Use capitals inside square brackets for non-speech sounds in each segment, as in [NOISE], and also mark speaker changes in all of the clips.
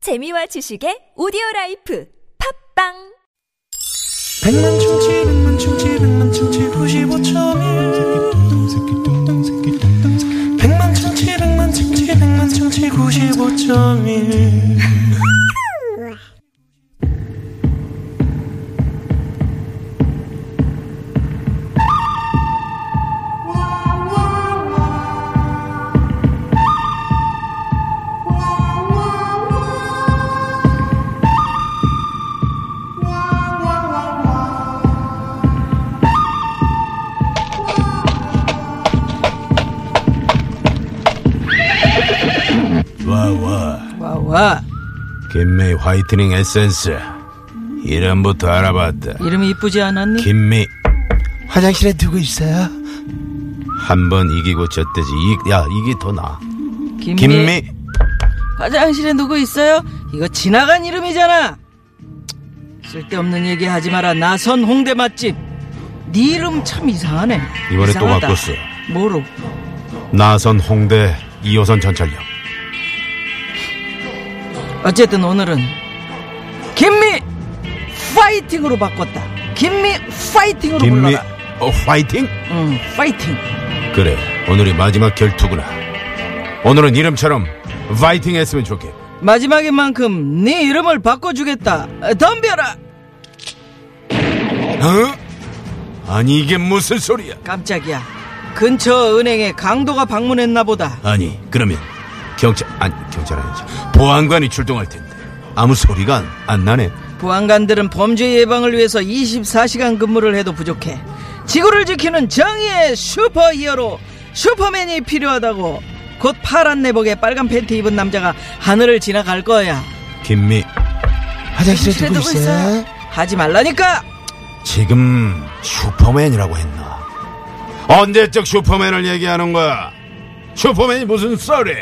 Speaker 1: 재미와 지식의 오디오 라이프 팝빵
Speaker 2: 백만 충치 백만 충치 백만 충치 구십오점일 백만 충치 백만 충치 백만 충치 구십오점일
Speaker 3: 와와
Speaker 4: 와와
Speaker 3: 김미 화이트닝 에센스 이름부터 알아봤다
Speaker 4: 이름이 이쁘지 않았니?
Speaker 3: 김미
Speaker 2: 화장실에 두고 있어요
Speaker 3: 한 번 이기고 졌대지 이, 야 이게 더 나아
Speaker 4: 네. 김미.
Speaker 3: 김미
Speaker 4: 화장실에 누구 있어요? 이거 지나간 이름이잖아 쓸데없는 얘기 하지 마라 나선 홍대 맛집 네 이름 참 이상하네
Speaker 3: 이번에 또
Speaker 4: 이상하다.
Speaker 3: 바꿨어.
Speaker 4: 뭐로?
Speaker 3: 나선 홍대 2호선 전철역
Speaker 4: 어쨌든 오늘은 김미 파이팅으로 바꿨다 김미 파이팅으로
Speaker 3: 김미
Speaker 4: 불러라
Speaker 3: 어, 화이팅
Speaker 4: 응 파이팅
Speaker 3: 그래 오늘이 마지막 결투구나 오늘은 이름처럼 화이팅 했으면 좋겠
Speaker 4: 마지막인 만큼 네 이름을 바꿔주겠다 덤벼라
Speaker 3: 어? 아니 이게 무슨 소리야
Speaker 4: 깜짝이야 근처 은행에 강도가 방문했나 보다
Speaker 3: 아니 그러면 경찰 아니 경찰 아니지 보안관이 출동할 텐데 아무 소리가 안, 안 나네
Speaker 4: 보안관들은 범죄 예방을 위해서 24시간 근무를 해도 부족해. 지구를 지키는 정의의 슈퍼히어로 슈퍼맨이 필요하다고. 곧 파란 내복에 빨간 팬티 입은 남자가 하늘을 지나갈 거야.
Speaker 3: 김미
Speaker 2: 화장실에 두고
Speaker 4: 그래도
Speaker 2: 있어요
Speaker 4: 하지 말라니까. [LAUGHS]
Speaker 3: 지금 슈퍼맨이라고 했나? 언제적 슈퍼맨을 얘기하는 거야? 슈퍼맨이 무슨 소리?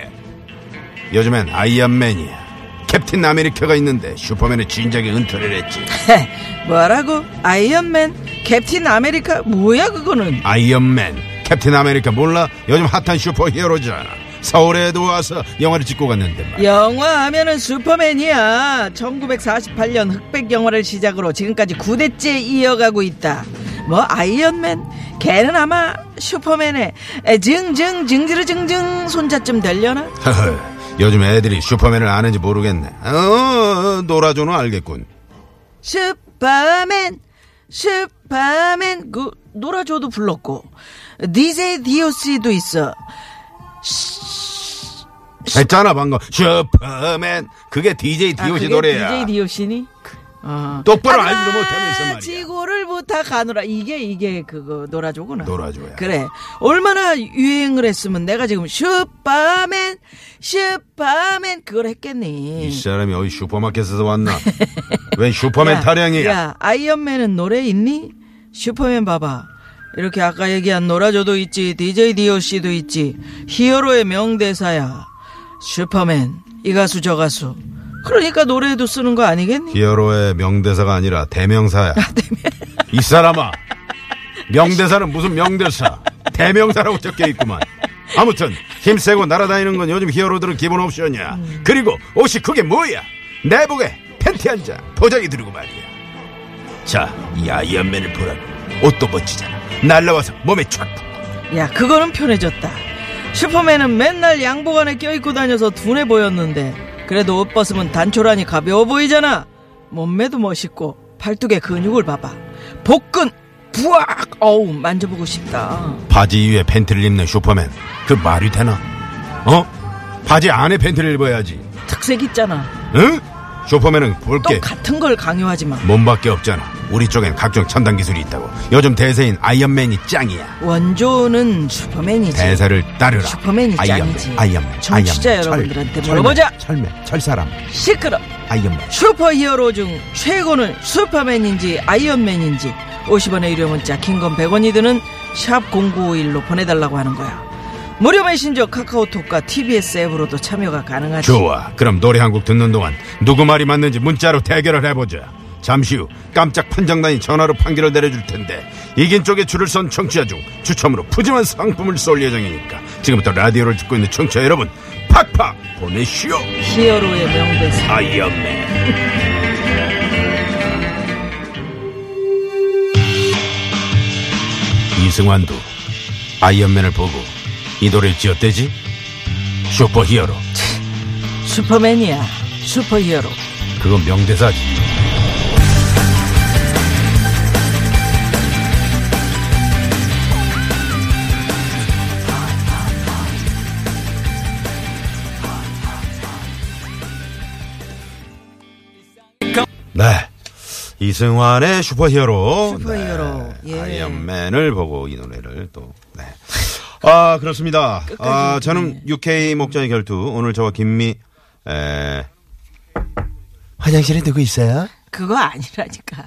Speaker 3: 요즘엔 아이언맨이야. 캡틴 아메리카가 있는데 슈퍼맨의 진작에 은퇴를 했지.
Speaker 4: 헤, 뭐라고? 아이언맨, 캡틴 아메리카 뭐야 그거는?
Speaker 3: 아이언맨, 캡틴 아메리카 몰라? 요즘 핫한 슈퍼히어로잖아. 서울에도 와서 영화를 찍고 갔는데 말이야.
Speaker 4: 영화 하면은 슈퍼맨이야. 1948년 흑백 영화를 시작으로 지금까지 9대째 이어가고 있다. 뭐 아이언맨? 걔는 아마 슈퍼맨의 증증 증지르 증증 손자쯤 되려나?
Speaker 3: 허허, 요즘 애들이 슈퍼맨을 아는지 모르겠네. 어, 놀아줘는 알겠군.
Speaker 4: 슈퍼맨 슈퍼맨 그 놀아줘도 불렀고 DJ DOC도 있어.
Speaker 3: 했잖아 방금 슈퍼맨 그게 DJ
Speaker 4: 아,
Speaker 3: DOC
Speaker 4: 그게
Speaker 3: 노래야. 그
Speaker 4: DJ DOC니? 어.
Speaker 3: 똑바로
Speaker 4: 하지마,
Speaker 3: 알지도 못하면서 말이야.
Speaker 4: 지구를 부탁하노라 이게 이게 그거 놀아줘구나.
Speaker 3: 놀아줘야.
Speaker 4: 그래 얼마나 유행을 했으면 내가 지금 슈퍼맨 슈퍼맨 그걸 했겠니?
Speaker 3: 이 사람이 어디 슈퍼마켓에서 왔나? 왜 슈퍼맨
Speaker 4: 야,
Speaker 3: 타령이야?
Speaker 4: 야 아이언맨은 노래 있니? 슈퍼맨 봐봐. 이렇게 아까 얘기한 놀아줘도 있지, DJ DOC도 있지, 히어로의 명대사야. 슈퍼맨, 이 가수 저 가수. 그러니까 노래에도 쓰는 거 아니겠니?
Speaker 3: 히어로의 명대사가 아니라 대명사야. 이 사람아, 명대사는 무슨 명대사? 대명사라고 적혀 있구만. 아무튼 힘세고 날아다니는 건 요즘 히어로들은 기본 옵션이야. 그리고 옷이 그게 뭐야? 내복에 팬티 한 장, 도자기 들고 말이야. 자, 이 아이언맨을 보라. 옷도 멋지잖아. 날라와서 몸에 촥.
Speaker 4: 야, 그거는 편해졌다. 슈퍼맨은 맨날 양복 안에 껴입고 다녀서 둔해 보였는데, 그래도 옷 벗으면 단촐하니 가벼워 보이잖아. 몸매도 멋있고, 팔뚝에 근육을 봐봐. 복근, 부악! 어우, 만져보고 싶다.
Speaker 3: 바지 위에 팬티를 입는 슈퍼맨. 그 말이 되나? 어? 바지 안에 팬티를 입어야지.
Speaker 4: 특색 있잖아.
Speaker 3: 응? 슈퍼맨은 볼게
Speaker 4: 똑같은 걸 강요하지 마.
Speaker 3: 몸밖에 없잖아. 우리 쪽엔 각종 첨단 기술이 있다고. 요즘 대세인 아이언맨이 짱이야.
Speaker 4: 원조는 슈퍼맨이지.
Speaker 3: 대사를 따르라.
Speaker 4: 슈퍼맨이
Speaker 3: 아이언맨,
Speaker 4: 짱이지.
Speaker 3: 아이언맨,
Speaker 4: 청취자
Speaker 3: 아이언맨,
Speaker 4: 여러분들한테
Speaker 3: 철,
Speaker 4: 물어보자.
Speaker 3: 철맨, 철맨, 철사람,
Speaker 4: 시끄러.
Speaker 3: 아이언맨.
Speaker 4: 슈퍼히어로 중 최고는 슈퍼맨인지 아이언맨인지 50원의 유료 문자 긴 건 100원이 드는 샵 0951로 보내달라고 하는 거야. 무료 메신저 카카오톡과 TBS 앱으로도 참여가 가능하지.
Speaker 3: 좋아. 그럼 노래 한 곡 듣는 동안 누구 말이 맞는지 문자로 대결을 해보자. 잠시 후 깜짝 판정단이 전화로 판결을 내려줄 텐데 이긴 쪽에 줄을 선 청취자 중 추첨으로 푸짐한 상품을 쏠 예정이니까 지금부터 라디오를 듣고 있는 청취자 여러분 팍팍 보내시오.
Speaker 4: 히어로의 명대사.
Speaker 3: 아이언맨. [LAUGHS] 이승환도 아이언맨을 보고 이 노래를 지었대지? 슈퍼 히어로.
Speaker 4: 슈퍼맨이야. 슈퍼히어로.
Speaker 3: 그건 명대사지. 네. 이승환의 슈퍼히어로.
Speaker 4: 슈퍼히어로.
Speaker 3: 네.
Speaker 4: 예.
Speaker 3: 아이언맨을 보고 이 노래를 또. 네. 아, 그렇습니다. 아,
Speaker 4: 네.
Speaker 3: 저는 UK 목장의 결투. 오늘 저와 김미, 에, 화장실에 누구 있어요?
Speaker 4: 그거 아니라니까.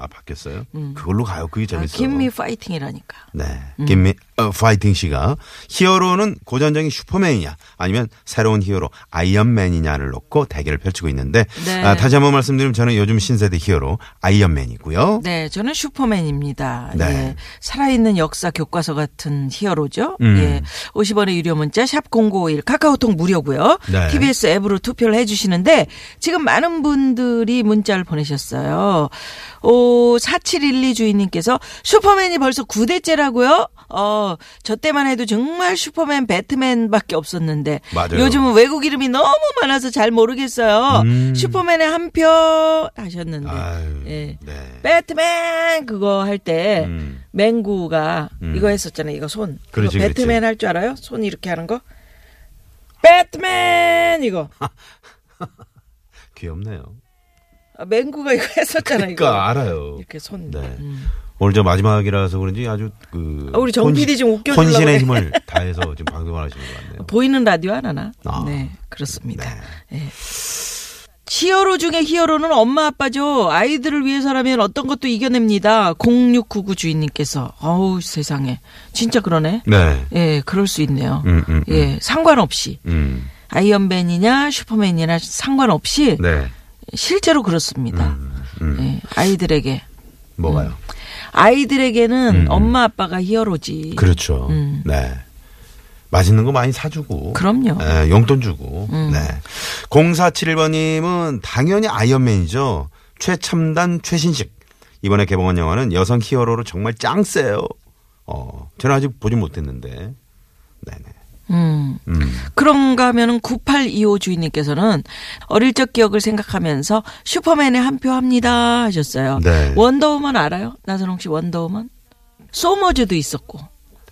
Speaker 3: 아 바뀌었어요? 그걸로 가요. 그게
Speaker 4: 아,
Speaker 3: 재밌어요.
Speaker 4: 김미 음. 파이팅이라니까.
Speaker 3: 네, 김미 어, 파이팅 씨가 히어로는 고전적인 슈퍼맨이냐 아니면 새로운 히어로 아이언맨이냐를 놓고 대결을 펼치고 있는데
Speaker 4: 네.
Speaker 3: 아, 다시 한번 말씀드리면 저는 요즘 신세대 히어로 아이언맨이고요.
Speaker 4: 네, 저는 슈퍼맨입니다.
Speaker 3: 네.
Speaker 4: 예. 살아있는 역사 교과서 같은 히어로죠.
Speaker 3: 음.
Speaker 4: 예. 50원의 유료 문자 샵 0951 카카오톡 무료고요.
Speaker 3: 네.
Speaker 4: TBS 앱으로 투표를 해 주시는데 지금 많은 분들이 문자를 보내셨어요. 오, 4712 주인님께서 슈퍼맨이 벌써 9대째라고요? 어, 저 때만 해도 정말 슈퍼맨, 배트맨밖에 없었는데
Speaker 3: 맞아요.
Speaker 4: 요즘은 외국 이름이 너무 많아서 잘 모르겠어요. 슈퍼맨의 한 표 하셨는데.
Speaker 3: 음. 아유,
Speaker 4: 예.
Speaker 3: 네.
Speaker 4: 배트맨 그거 할 때
Speaker 3: 음.
Speaker 4: 맹구가 이거 했었잖아요. 이거 손. 그거
Speaker 3: 그렇지, 그렇지.
Speaker 4: 배트맨 할 줄 알아요? 손 이렇게 하는 거. 배트맨 이거.
Speaker 3: 귀엽네요.
Speaker 4: 아, 맹구가 이거 했었잖아요.
Speaker 3: 그러니까
Speaker 4: 이거.
Speaker 3: 알아요.
Speaker 4: 이렇게 손.
Speaker 3: 네.
Speaker 4: 음.
Speaker 3: 오늘 저 마지막이라서 그런지 아주 그
Speaker 4: 아, 우리 정 PD 좀 웃겨주려고
Speaker 3: 혼신의
Speaker 4: 그래.
Speaker 3: 힘을 다해서 지금 방송을 하시는 것 같네요.
Speaker 4: 보이는 라디오 하나나.
Speaker 3: 아.
Speaker 4: 네, 그렇습니다. 예. 히어로 중에 히어로는 엄마 아빠죠. 아이들을 위해서라면 어떤 것도 이겨냅니다. 0699 주인님께서. 어우 세상에. 진짜 그러네.
Speaker 3: 네.
Speaker 4: 예, 그럴 수 있네요.
Speaker 3: 음, 음, 음.
Speaker 4: 예, 상관없이
Speaker 3: 음.
Speaker 4: 아이언맨이냐 슈퍼맨이냐 상관없이
Speaker 3: 네. 음,
Speaker 4: 실제로 그렇습니다. 예, 아이들에게
Speaker 3: 뭐가요?
Speaker 4: 음. 아이들에게는 엄마 아빠가 히어로지.
Speaker 3: 음. 그렇죠. 네. 맛있는 거 많이 사주고.
Speaker 4: 음. 그럼요. 음.
Speaker 3: 네, 용돈 주고. 네. 0471번님은 당연히 아이언맨이죠. 최첨단 최신식. 이번에 개봉한 영화는 여성 히어로로 정말 짱세요. 어, 저는 아직 보지 못했는데. 네네.
Speaker 4: 음.
Speaker 3: 음.
Speaker 4: 그런가 하면은 9825 주인님께서는 어릴 적 기억을 생각하면서 슈퍼맨에 한 표 합니다 하셨어요.
Speaker 3: 네.
Speaker 4: 원더우먼 알아요? 나선홍 씨 원더우먼? 소머즈도 있었고.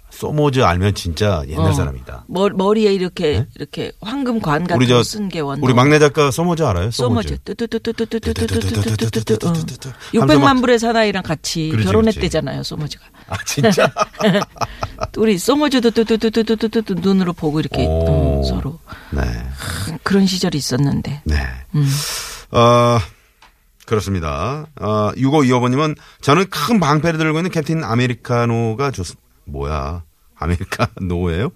Speaker 3: 소모즈 알면 진짜 옛날
Speaker 4: 어.
Speaker 3: 사람이다. 네?
Speaker 4: 머, 머리에 이렇게 이렇게 황금관 같은
Speaker 3: 우리 저,
Speaker 4: 거 쓴 게 원더우먼.
Speaker 3: 우리 막내 작가 소모즈 알아요? 소모즈.
Speaker 4: 소머즈 뚜뚜뚜뚜뚜뚜뚜뚜뚜뚜뚜뚜뚜
Speaker 3: 함성아-
Speaker 4: 600만 불의 사나이랑 같이
Speaker 3: 그렇지,
Speaker 4: 결혼했대잖아요 소머즈가
Speaker 3: 아,
Speaker 4: [LAUGHS]
Speaker 3: 진짜?
Speaker 4: 우리 소머즈도 뚜뚜뚜뚜뚜뚜뚜 눈으로 보고 이렇게
Speaker 3: 오.
Speaker 4: 음, 서로
Speaker 3: 네.
Speaker 4: 그런 시절이 있었는데
Speaker 3: 네.
Speaker 4: 음.
Speaker 3: 어, 그렇습니다. 어, 6525번님은 저는 큰 방패를 들고 있는 캡틴 아메리카노가 좋, 뭐야. 아메리카노예요?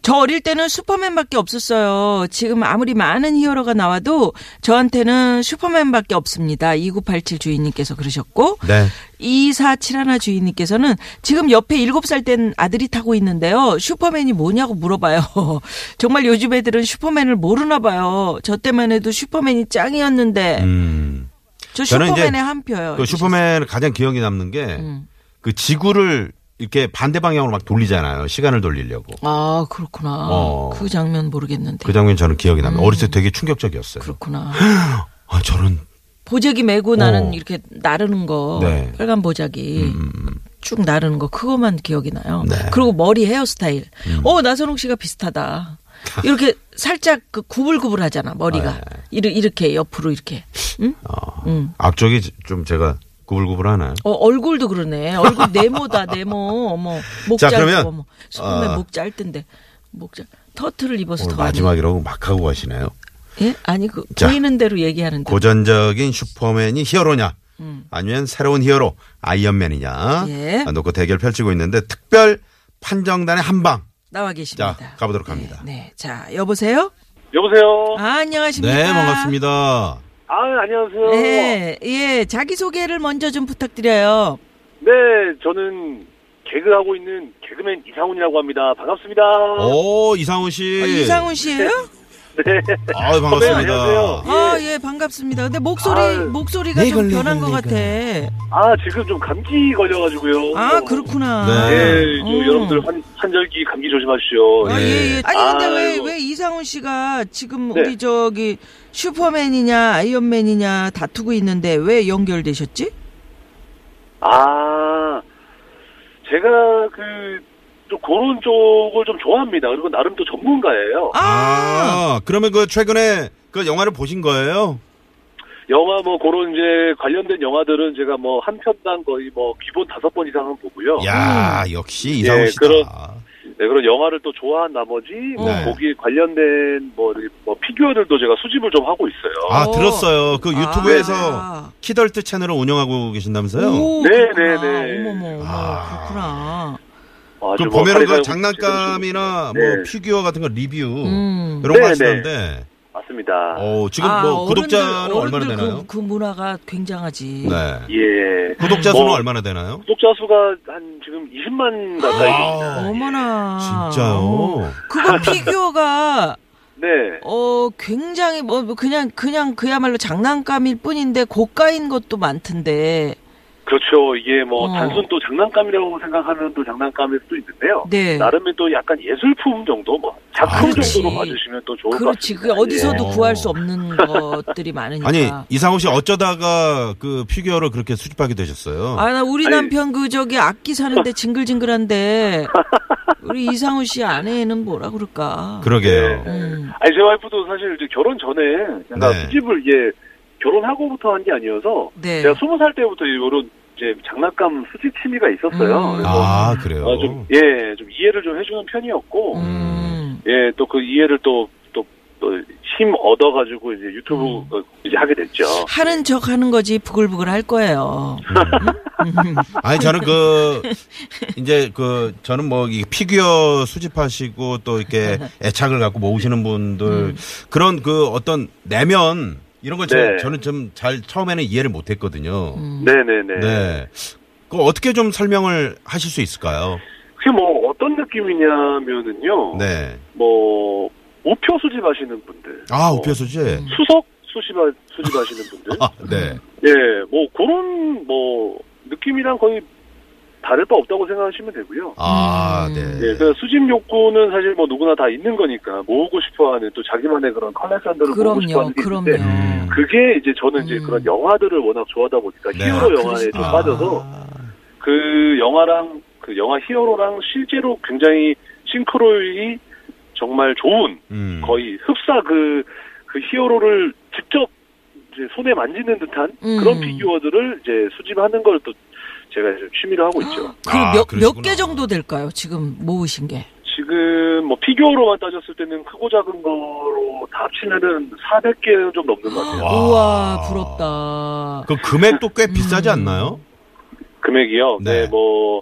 Speaker 4: 저 어릴 때는 슈퍼맨밖에 없었어요 지금 아무리 많은 히어로가 나와도 저한테는 슈퍼맨밖에 없습니다 2987 주인님께서 그러셨고
Speaker 3: 네.
Speaker 4: 2471 주인님께서는 지금 옆에 7살 된 아들이 타고 있는데요. 슈퍼맨이 뭐냐고 물어봐요. [LAUGHS] 정말 요즘 애들은 슈퍼맨을 모르나 봐요. 저 때만 해도 슈퍼맨이 짱이었는데.
Speaker 3: 음.
Speaker 4: 저
Speaker 3: 저는 이제
Speaker 4: 슈퍼맨의 한 표요.
Speaker 3: 그 슈퍼맨 가장 기억에 남는 게 그
Speaker 4: 음.
Speaker 3: 지구를 이렇게 반대 방향으로 막 돌리잖아요. 시간을 돌리려고.
Speaker 4: 아, 그렇구나.
Speaker 3: 어.
Speaker 4: 그 장면 모르겠는데.
Speaker 3: 그 장면이 저는 기억에 남아요. 어렸을 때 되게
Speaker 4: 음.
Speaker 3: 충격적이었어요. [LAUGHS]
Speaker 4: 그렇구나.
Speaker 3: 아, 저런.
Speaker 4: 보자기 메고 나는
Speaker 3: 어.
Speaker 4: 이렇게 나르는 거.
Speaker 3: 네. 음,
Speaker 4: 빨간 보자기. 쭉 나르는 거 그것만 기억이 나요.
Speaker 3: 네. 음.
Speaker 4: 그리고 머리 헤어스타일. 어 나선홍 씨가 비슷하다. 이렇게 살짝 그 구불구불하잖아 머리가 이르- 이렇게 옆으로 이렇게. 응?
Speaker 3: 예. 어,
Speaker 4: 음.
Speaker 3: 앞쪽이 좀 제가 구불구불하나요?
Speaker 4: 어 얼굴도 그러네. 얼굴
Speaker 3: [LAUGHS]
Speaker 4: 네모다 네모. 어머 목
Speaker 3: 자,
Speaker 4: 짧고
Speaker 3: 그러면,
Speaker 4: 어머 손에
Speaker 3: 어.
Speaker 4: 목 짧던데 목 짧. 터트를 입어서
Speaker 3: 오늘
Speaker 4: 더 아니야.
Speaker 3: 마지막이라고 막 하고 가시네요.
Speaker 4: 예 아니 그
Speaker 3: 자.
Speaker 4: 보이는 대로 얘기하는데.
Speaker 3: 고전적인 슈퍼맨이 히어로냐 아니면 새로운 히어로 아이언맨이냐
Speaker 4: 음. 예.
Speaker 3: 아, 놓고 대결 펼치고 있는데 특별 판정단의 한방
Speaker 4: 나와 계십니다.
Speaker 3: 자, 가보도록 합니다.
Speaker 4: 네, 네. 자, 여보세요?
Speaker 5: 여보세요.
Speaker 4: 아, 안녕하십니까?
Speaker 3: 네 반갑습니다
Speaker 5: 아 안녕하세요. 네.
Speaker 4: 네, 예, 자기소개를 먼저 좀 부탁드려요.
Speaker 5: 네, 저는 개그 하고
Speaker 3: 어?
Speaker 5: 있는 개그맨 이상훈이라고 합니다. 반갑습니다.
Speaker 3: 오 이상훈 씨
Speaker 4: 어, 이상훈 아, 씨예요?
Speaker 5: 네.
Speaker 3: 아
Speaker 5: 선배님,
Speaker 3: 반갑습니다.
Speaker 5: 안녕하세요.
Speaker 4: 아, 예, 반갑습니다. 근데 목소리,
Speaker 5: 아유.
Speaker 4: 목소리가
Speaker 2: 네,
Speaker 4: 좀
Speaker 2: 걸려,
Speaker 4: 변한 것
Speaker 2: 걸려,
Speaker 4: 같아.
Speaker 5: 아, 지금 좀 감기 걸려가지고요.
Speaker 4: 아, 그렇구나.
Speaker 3: 네.
Speaker 5: 예, 이제
Speaker 4: 음.
Speaker 5: 여러분들 환, 환절기 감기 조심하십시오.
Speaker 4: 아,
Speaker 3: 네.
Speaker 4: 예, 예. 아니, 근데 왜,
Speaker 5: 아이고.
Speaker 4: 왜 이상훈 씨가 지금
Speaker 5: 네.
Speaker 4: 우리 저기 슈퍼맨이냐, 아이언맨이냐 다투고 있는데 왜 연결되셨지?
Speaker 5: 아, 제가 그, 좀 그런 쪽을 좀 좋아합니다. 그리고 나름 또 전문가예요.
Speaker 4: 아!
Speaker 3: 아 그러면 그 최근에 그 영화를 보신 거예요?
Speaker 5: 영화 뭐 그런 이제 관련된 영화들은 제가 뭐 한 편당 거의 뭐 기본 다섯 번 이상은 보고요.
Speaker 3: 야
Speaker 4: 음.
Speaker 3: 역시 이상훈
Speaker 5: 예,
Speaker 3: 씨다.
Speaker 5: 그런- 네, 그런 영화를 또 좋아한 나머지 뭐
Speaker 3: 네.
Speaker 5: 거기에 관련된 뭐, 이렇게 뭐 피규어들도 제가 수집을 좀 하고 있어요.
Speaker 3: 아
Speaker 4: 어.
Speaker 3: 들었어요. 그 유튜브에서
Speaker 4: 아.
Speaker 3: 키덜트 채널을 운영하고 계신다면서요?
Speaker 4: 오,
Speaker 5: 네,
Speaker 4: 그렇구나.
Speaker 5: 네, 네.
Speaker 4: 어머머, 어머,
Speaker 3: 아.
Speaker 4: 그렇구나.
Speaker 5: 아,
Speaker 3: 그
Speaker 5: 좀
Speaker 3: 보면은
Speaker 5: 어디가요?
Speaker 3: 그 장난감이나
Speaker 5: 지금
Speaker 3: 뭐
Speaker 5: 네.
Speaker 3: 피규어 같은 거 리뷰
Speaker 4: 음.
Speaker 3: 이런 거
Speaker 5: 네,
Speaker 3: 하시던데
Speaker 5: 맞습니다.
Speaker 3: 어, 지금
Speaker 4: 아,
Speaker 3: 뭐 구독자는
Speaker 4: 어른들,
Speaker 3: 얼마나
Speaker 4: 어른들
Speaker 3: 되나요?
Speaker 4: 그, 그 문화가 굉장하지.
Speaker 3: 네.
Speaker 5: 예.
Speaker 3: 구독자 수는
Speaker 5: 뭐,
Speaker 3: 얼마나 되나요?
Speaker 5: 구독자 수가 한 지금 20만 가까이 됩니다.
Speaker 4: 아, 어머나.
Speaker 3: 아, 진짜요?
Speaker 4: 그거 피규어가
Speaker 5: 네.
Speaker 4: 어 굉장히 뭐뭐 그냥 그냥 그야말로 장난감일 뿐인데 고가인 것도 많던데.
Speaker 5: 그렇죠. 이게 뭐
Speaker 4: 어.
Speaker 5: 단순 또 장난감이라고 생각하는 또 장난감일 수도 있는데요.
Speaker 4: 네.
Speaker 5: 나름의 또 약간 예술품 정도, 뭐 작품
Speaker 3: 아, 그렇지.
Speaker 5: 정도로 봐주시면 또 좋을 것
Speaker 4: 그렇지.
Speaker 5: 같습니다.
Speaker 4: 그 어디서도
Speaker 3: 예.
Speaker 4: 구할 수 없는 것들이 많으니까.
Speaker 3: 아니 어. 이상호 씨 어쩌다가 그 피규어를 그렇게 수집하게 되셨어요?
Speaker 4: 아, 나 우리
Speaker 5: 아니.
Speaker 4: 남편 그 저기 악기 사는데
Speaker 5: [LAUGHS]
Speaker 4: 징글징글한데 우리 이상우 씨 아내는 뭐라 그럴까?
Speaker 3: 그러게요.
Speaker 5: 네.
Speaker 4: 음.
Speaker 5: 아니 제 와이프도 사실 이제 결혼 전에 제가
Speaker 3: 네.
Speaker 5: 수집을 이제 결혼하고부터 한 게 아니어서
Speaker 4: 네.
Speaker 5: 제가 스무 살 때부터 이런 이제 장난감 수집 취미가 있었어요.
Speaker 4: 음.
Speaker 5: 그래서
Speaker 3: 아 그래요.
Speaker 5: 어, 좀 예, 좀 이해를 좀 해주는 편이었고
Speaker 4: 음.
Speaker 5: 예, 또 그 이해를 또또힘 얻어가지고 이제 유튜브
Speaker 3: 음.
Speaker 5: 어, 이제 하게 됐죠.
Speaker 4: 하는 척 하는 거지 부글부글 할 거예요.
Speaker 3: 아니 저는 그 이제 그 저는 뭐 이 피규어 수집하시고 또 이렇게 애착을 갖고 모으시는 분들 그런 그 어떤 내면 이런 걸 제가
Speaker 5: 음. 네. 음.
Speaker 3: 저는 좀 잘 처음에는 이해를 못했거든요.
Speaker 4: 음.
Speaker 5: 네네네.
Speaker 3: 음. 네. 그 어떻게 좀 설명을 하실 수 있을까요?
Speaker 5: 그게 뭐 어떤 느낌이냐면은요.
Speaker 3: 네.
Speaker 5: 뭐 우표 수집하시는 분들.
Speaker 3: 아
Speaker 5: 뭐
Speaker 3: 우표 수집.
Speaker 5: 수석 수집하,
Speaker 3: [LAUGHS]
Speaker 5: 수집하시는 분들.
Speaker 3: 아, 네.
Speaker 5: 예, 뭐 그런 뭐 느낌이랑 거의 다를 바 없다고 생각하시면 되고요.
Speaker 3: 아, 네.
Speaker 5: 예, 그 수집 욕구는 사실 뭐 누구나 다 있는 거니까 모으고 싶어하는 또 자기만의 그런 컬렉션들을 모으고
Speaker 4: 그럼요.
Speaker 5: 싶어하는 게
Speaker 4: 그럼요.
Speaker 5: 있는데
Speaker 3: 음.
Speaker 5: 그게 이제 저는 이제
Speaker 4: 음.
Speaker 5: 그런 영화들을 워낙 좋아하다 보니까
Speaker 3: 네.
Speaker 5: 히어로 영화에 좀
Speaker 3: 아.
Speaker 5: 빠져서 그 영화랑 그 영화 히어로랑 실제로 굉장히 싱크로율이 정말 좋은
Speaker 3: 음.
Speaker 5: 거의 흡사 그, 그 히어로를 직접 이제 손에 만지는 듯한
Speaker 4: 음.
Speaker 5: 그런 피규어들을 이제 수집하는 걸 또 제가 이제 취미로 하고 있죠.
Speaker 3: 아,
Speaker 4: 그몇몇
Speaker 3: 그러시구나.
Speaker 4: 개 정도 될까요? 지금 모으신 게?
Speaker 5: 지금 뭐 피규어로만 따졌을 때는 크고 작은 거로 다 합치면은 400개는 좀 넘는 것 같아요.
Speaker 3: 와.
Speaker 4: 우와 부럽다.
Speaker 3: 그 금액도 꽤 비싸지
Speaker 4: 음.
Speaker 3: 않나요?
Speaker 5: 금액이요.
Speaker 3: 네.
Speaker 5: 네, 뭐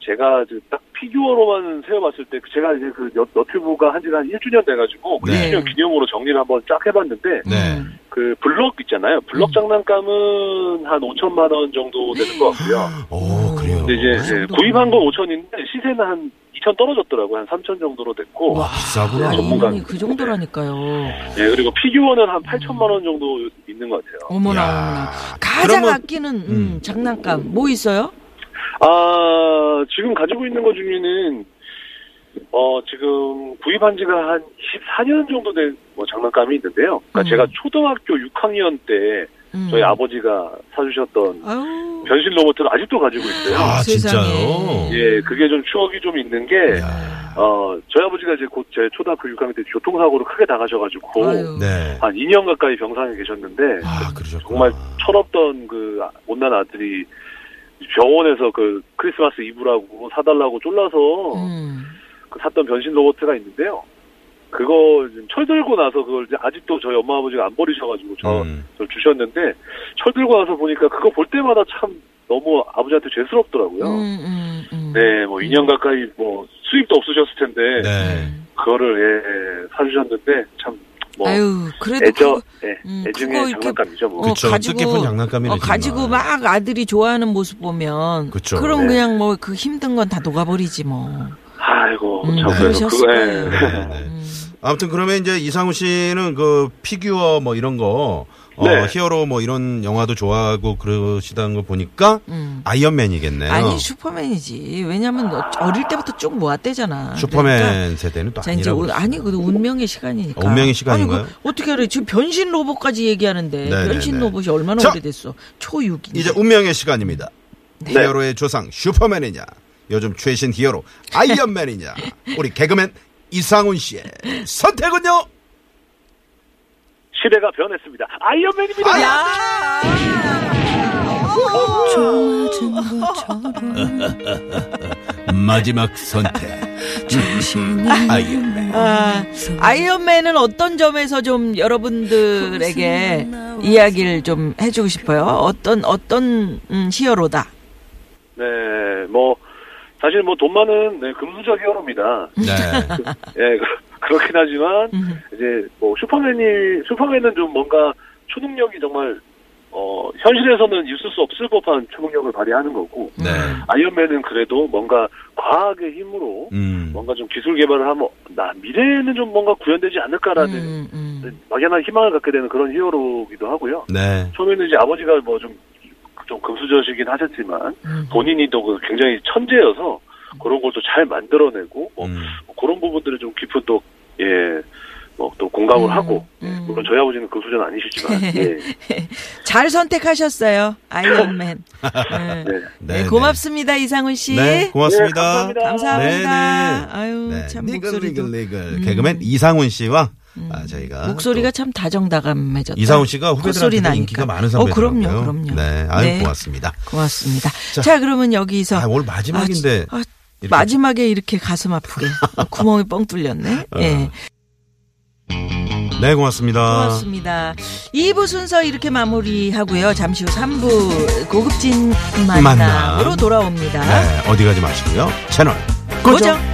Speaker 5: 제가 이제 딱 피규어로만 세어봤을 때 제가 이제 그 너- 너튜브가 한 지가 한 1주년 돼가지고 그
Speaker 3: 네.
Speaker 5: 1주년 기념으로 정리를 한번 쫙 해봤는데
Speaker 3: 네.
Speaker 4: 음.
Speaker 5: 그 블럭 있잖아요. 블럭 장난감은 한 5천만 원 정도 되는 것 같고요.
Speaker 3: 오, 어, 그래요.
Speaker 5: 근데 이제
Speaker 4: 그
Speaker 5: 예,
Speaker 4: 정도면.
Speaker 5: 구입한 건 5천인데 시세는 한 2천 떨어졌더라고요. 한 3천 정도로 됐고.
Speaker 3: 와,
Speaker 4: 야,
Speaker 3: 비싸구나.
Speaker 5: 전문가.
Speaker 4: 이분이 그 정도라니까요.
Speaker 5: 예, 그리고 피규어는 한 8천만 원 정도 있는 것 같아요.
Speaker 4: 어머나
Speaker 3: 야.
Speaker 4: 어머나. 가장
Speaker 3: 아, 그러면-
Speaker 4: 아끼는 음,
Speaker 3: 음.
Speaker 4: 장난감 뭐 있어요?
Speaker 5: 아, 지금 가지고 있는 것 중에는, 어, 지금 구입한 지가 한 24년 정도 된 뭐 장난감이 있는데요. 그러니까
Speaker 4: 음.
Speaker 5: 제가 초등학교 6학년 때
Speaker 4: 음.
Speaker 5: 저희 아버지가 사주셨던
Speaker 4: 아유.
Speaker 5: 변신 로봇을 아직도 가지고 있어요.
Speaker 3: 아,
Speaker 4: 세상에.
Speaker 3: 진짜요?
Speaker 5: 예, 그게 좀 추억이 좀 있는 게,
Speaker 3: 야.
Speaker 5: 어, 저희 아버지가 이제 곧 제 초등학교 6학년 때 교통사고로 크게 당하셔가지고,
Speaker 4: 아유.
Speaker 3: 네.
Speaker 5: 한 2년 가까이 병상에 계셨는데,
Speaker 3: 아, 그러셨구나.
Speaker 5: 정말 철없던 그 못난 아들이 병원에서 그 크리스마스 이브라고 사달라고 쫄라서
Speaker 4: 음.
Speaker 5: 그 샀던 변신 로봇가 있는데요. 그거 지금 철 들고 나서 그걸 이제 아직도 저희 엄마 아버지가 안 버리셔가지고 저,
Speaker 3: 음.
Speaker 5: 저 주셨는데 철 들고 나서 보니까 그거 볼 때마다 참 너무 아버지한테 죄스럽더라고요.
Speaker 4: 음, 음, 음.
Speaker 5: 네, 뭐 2년 가까이 뭐 수입도 없으셨을 텐데
Speaker 3: 네.
Speaker 5: 그거를 예, 예, 사주셨는데 참 뭐
Speaker 4: 아유, 그래도
Speaker 5: 애정,
Speaker 4: 그거-
Speaker 5: 예,
Speaker 4: 음,
Speaker 5: 애증의
Speaker 4: 그거 이렇게-
Speaker 5: 장난감이죠 뭐.
Speaker 3: 그쵸, 뜻깊은 장난감이네,
Speaker 4: 어, 가지고
Speaker 3: 정말.
Speaker 4: 막 아들이 좋아하는 모습 보면
Speaker 3: 그쵸.
Speaker 4: 그럼
Speaker 5: 네.
Speaker 4: 그냥 뭐 그 힘든 건 다 녹아버리지 뭐.
Speaker 5: 아이고
Speaker 4: 음,
Speaker 5: 참
Speaker 4: 그러셨을
Speaker 5: 그래서 그거
Speaker 4: 거예요.
Speaker 5: 예.
Speaker 3: [LAUGHS] 네, 네.
Speaker 4: 음.
Speaker 3: 아무튼 그러면 이제 이상우 씨는 그 피규어 뭐 이런 거 어,
Speaker 5: 네.
Speaker 3: 히어로 뭐 이런 영화도 좋아하고 그러시다는 거 보니까 아이언맨이겠네요.
Speaker 4: 음. 아니 슈퍼맨이지. 왜냐면 어릴 때부터 쭉 모았대잖아.
Speaker 3: 슈퍼맨
Speaker 4: 그러니까
Speaker 3: 세대는 또
Speaker 4: 자 이제
Speaker 3: 아니라고.
Speaker 4: 오- 아니 그 운명의 시간이니까.
Speaker 3: 아, 운명의
Speaker 4: 아니,
Speaker 3: 시간인가요?
Speaker 4: 그 어떻게 알아? 지금 변신 로봇까지 얘기하는데
Speaker 3: 네,
Speaker 4: 변신
Speaker 3: 네, 네.
Speaker 4: 로봇이 얼마나
Speaker 3: 자!
Speaker 4: 오래됐어? 초육이.
Speaker 3: 이제 운명의 시간입니다.
Speaker 4: 네.
Speaker 3: 히어로의 조상 슈퍼맨이냐? 요즘 최신 히어로 아이언맨이냐? 우리 개그맨 이상훈 씨의 선택은요?
Speaker 5: 시대가 변했습니다. 아이언맨입니다.
Speaker 4: [LAUGHS]
Speaker 3: 마지막 선택. 아이언맨.
Speaker 4: 아, 아이언맨은 어떤 점에서 좀 여러분들에게 이야기를 좀 해주고 싶어요? 어떤 어떤 음, 히어로다.
Speaker 5: 네, 뭐 사실 뭐 돈 많은 네, 금수저 히어로입니다.
Speaker 3: 네.
Speaker 5: 예, [LAUGHS] 그- 그렇긴 하지만
Speaker 4: 음.
Speaker 5: 이제 뭐 슈퍼맨이 슈퍼맨은 좀 뭔가 초능력이 정말 어 현실에서는 있을 수 없을 법한 초능력을 발휘하는 거고
Speaker 3: 네.
Speaker 5: 아이언맨은 그래도 뭔가 과학의 힘으로
Speaker 3: 음.
Speaker 5: 뭔가 좀 기술 개발을 하면 나 미래에는 좀 뭔가 구현되지 않을까라는
Speaker 4: 음, 음.
Speaker 5: 막연한 희망을 갖게 되는 그런 히어로이기도 하고요.
Speaker 3: 네.
Speaker 5: 처음에는 이제 아버지가 뭐 좀 좀 금수저시긴 하셨지만
Speaker 4: 음.
Speaker 5: 본인이 또 그 굉장히 천재여서 그런 걸 또 잘 만들어내고 뭐
Speaker 3: 음.
Speaker 5: 그런 부분들은 좀 깊은 또, 예, 뭐, 또 공감을
Speaker 4: 음,
Speaker 5: 하고, 예,
Speaker 4: 음.
Speaker 5: 물론 저희 아버지는 그 수준 아니시지만,
Speaker 4: [LAUGHS]
Speaker 5: 예.
Speaker 4: 잘 선택하셨어요, 아이언맨. 음.
Speaker 5: 네.
Speaker 4: 네, 고맙습니다, 이상훈 씨.
Speaker 3: 네, 고맙습니다.
Speaker 5: 예,
Speaker 4: 감사합니다. 아유,
Speaker 3: 네,
Speaker 4: 참
Speaker 3: 니글
Speaker 4: 목소리도 음.
Speaker 3: 니글 니글 개그맨 이상훈 씨와 아, 저희가
Speaker 4: 목소리가 참 다정다감해졌다.
Speaker 3: 또 이상훈 씨가
Speaker 4: 콧소리
Speaker 3: 후배들한테
Speaker 4: 나니까.
Speaker 3: 인기가 많은
Speaker 4: 어,
Speaker 3: 선배더라고요.
Speaker 4: 그럼요, 그럼요.
Speaker 3: 네, 아유
Speaker 4: 네.
Speaker 3: 고맙습니다.
Speaker 4: 고맙습니다.
Speaker 3: 자.
Speaker 4: 자, 그러면 여기서
Speaker 3: 아, 오늘 마지막인데
Speaker 4: 아, 아,
Speaker 3: 이렇게-
Speaker 4: 마지막에 이렇게 가슴 아프게 어, 구멍이 뻥
Speaker 3: [LAUGHS]
Speaker 4: 뚫렸네.
Speaker 3: 어.
Speaker 4: 예.
Speaker 3: 네, 고맙습니다.
Speaker 4: 아. 고맙습니다. 2부 순서 이렇게 마무리하고요. 잠시 후 3부 고급진 만남으로
Speaker 3: 만남.
Speaker 4: 돌아옵니다.
Speaker 3: 네, 어디 가지 마시고요. 채널 고정.
Speaker 4: 고정.